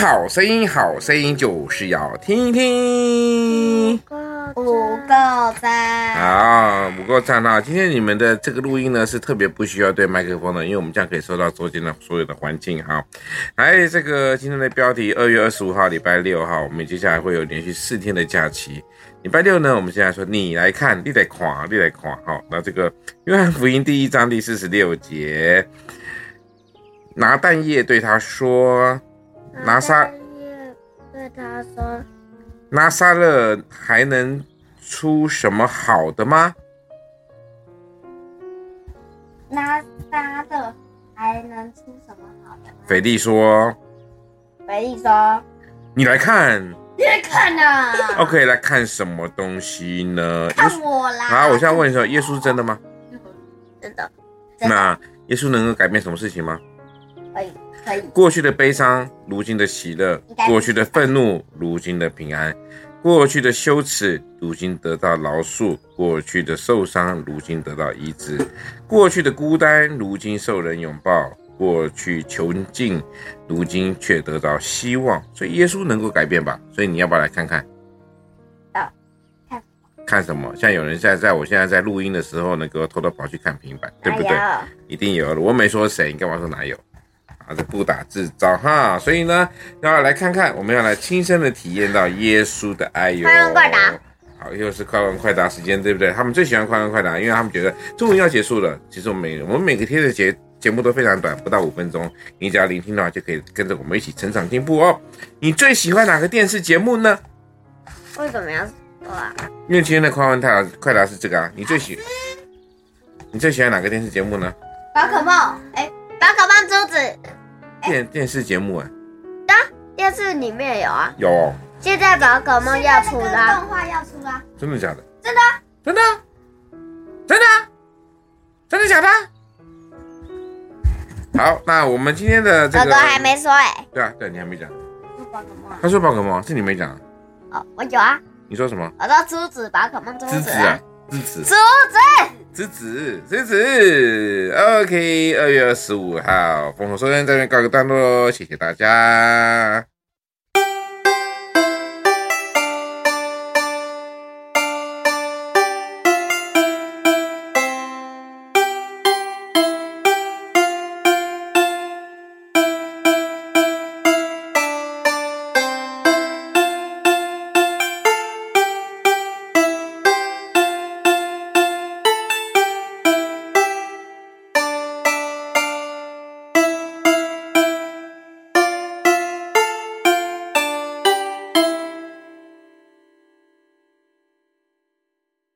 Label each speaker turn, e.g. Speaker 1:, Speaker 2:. Speaker 1: 好声音，好声音就是要听一听。
Speaker 2: 五个赞，
Speaker 1: 好，不够赞啦！今天你们的这个录音呢是特别不需要对麦克风的，因为我们这样可以收到周边的所有的环境哈。来，这个今天的标题，二月二十五号，礼拜六哈，我们接下来会有连续四天的假期。礼拜六呢，我们现在说你来看，你来垮，你来垮。好，那这个约翰福音第一章第四十六节，拿蛋液对他说，拿撒
Speaker 2: 对他说，
Speaker 1: 拿撒勒还能出什么好的吗？
Speaker 2: 拿撒勒还能出什么好的吗？
Speaker 1: 斐利说。
Speaker 2: 回忆说，
Speaker 1: 你来看
Speaker 2: 你来看呐、
Speaker 1: ，OK，来看什么东西呢？耶
Speaker 2: 看
Speaker 1: 稣
Speaker 2: 我啦！
Speaker 1: 好，我现在问一下，耶稣真的吗？
Speaker 2: 真的，真的
Speaker 1: 那耶稣能够改变什么事情吗？
Speaker 2: 可以哎可以，
Speaker 1: 过去的悲伤，如今的喜乐
Speaker 2: 应该；是
Speaker 1: 过去的愤怒，如今的平安；过去的羞耻，如今得到饶恕；过去的受伤，如今得到医治；过去的孤单，如今受人拥抱；过去囚禁，如今却得到希望。所以耶稣能够改变吧？所以你要不要来看看？
Speaker 2: 好看
Speaker 1: 看什么？像有人现在在我现在在录音的时候呢，给我偷偷跑去看平板，对不对？
Speaker 2: 哎呦
Speaker 1: 一定有的，我没说谁，你干嘛说哪有？啊，这不打自招哈。所以呢，要来看看，我们要来亲身的体验到耶稣的爱哟。
Speaker 2: 快问快答。
Speaker 1: 好，又是快问快答时间，对不对？他们最喜欢快问快答，因为他们觉得终于要结束了。其实我们每我们每个天的节节目都非常短，不到五分钟，你只要聆听的话，就可以跟着我们一起成长进步哦。你最喜欢哪个电视节目呢？
Speaker 2: 为什么要说啊？
Speaker 1: 因为今天的快问快答快答是这个啊，你最喜你最喜欢哪个电视节目呢？
Speaker 2: 宝可梦，哎，宝可梦珠子
Speaker 1: 电电视节目啊，
Speaker 2: 电视里面有啊，
Speaker 1: 有哦、
Speaker 2: 现在宝可梦要出
Speaker 3: 现在
Speaker 2: 啦、
Speaker 3: 那个动画要出啦、
Speaker 1: 真的假的？
Speaker 3: 真的啊
Speaker 1: 真的啊真的啊真的假的啊？好，那我们今天的这
Speaker 2: 哥
Speaker 1: 个
Speaker 2: 哥还没说哎、
Speaker 1: 对啊，对你还没讲，
Speaker 3: 是宝可梦啊。
Speaker 1: 他说宝可梦是你没讲，啊
Speaker 2: 哦，我有啊，
Speaker 1: 你说什么？
Speaker 2: 我说珠子宝可梦珠
Speaker 1: 芝
Speaker 2: 子
Speaker 1: 子
Speaker 2: 啊
Speaker 1: 啊，，芝子，
Speaker 2: 珠子，
Speaker 1: 芝子，芝子。OK，二月二十五号，风口收声，这边告一个段落，谢谢大家。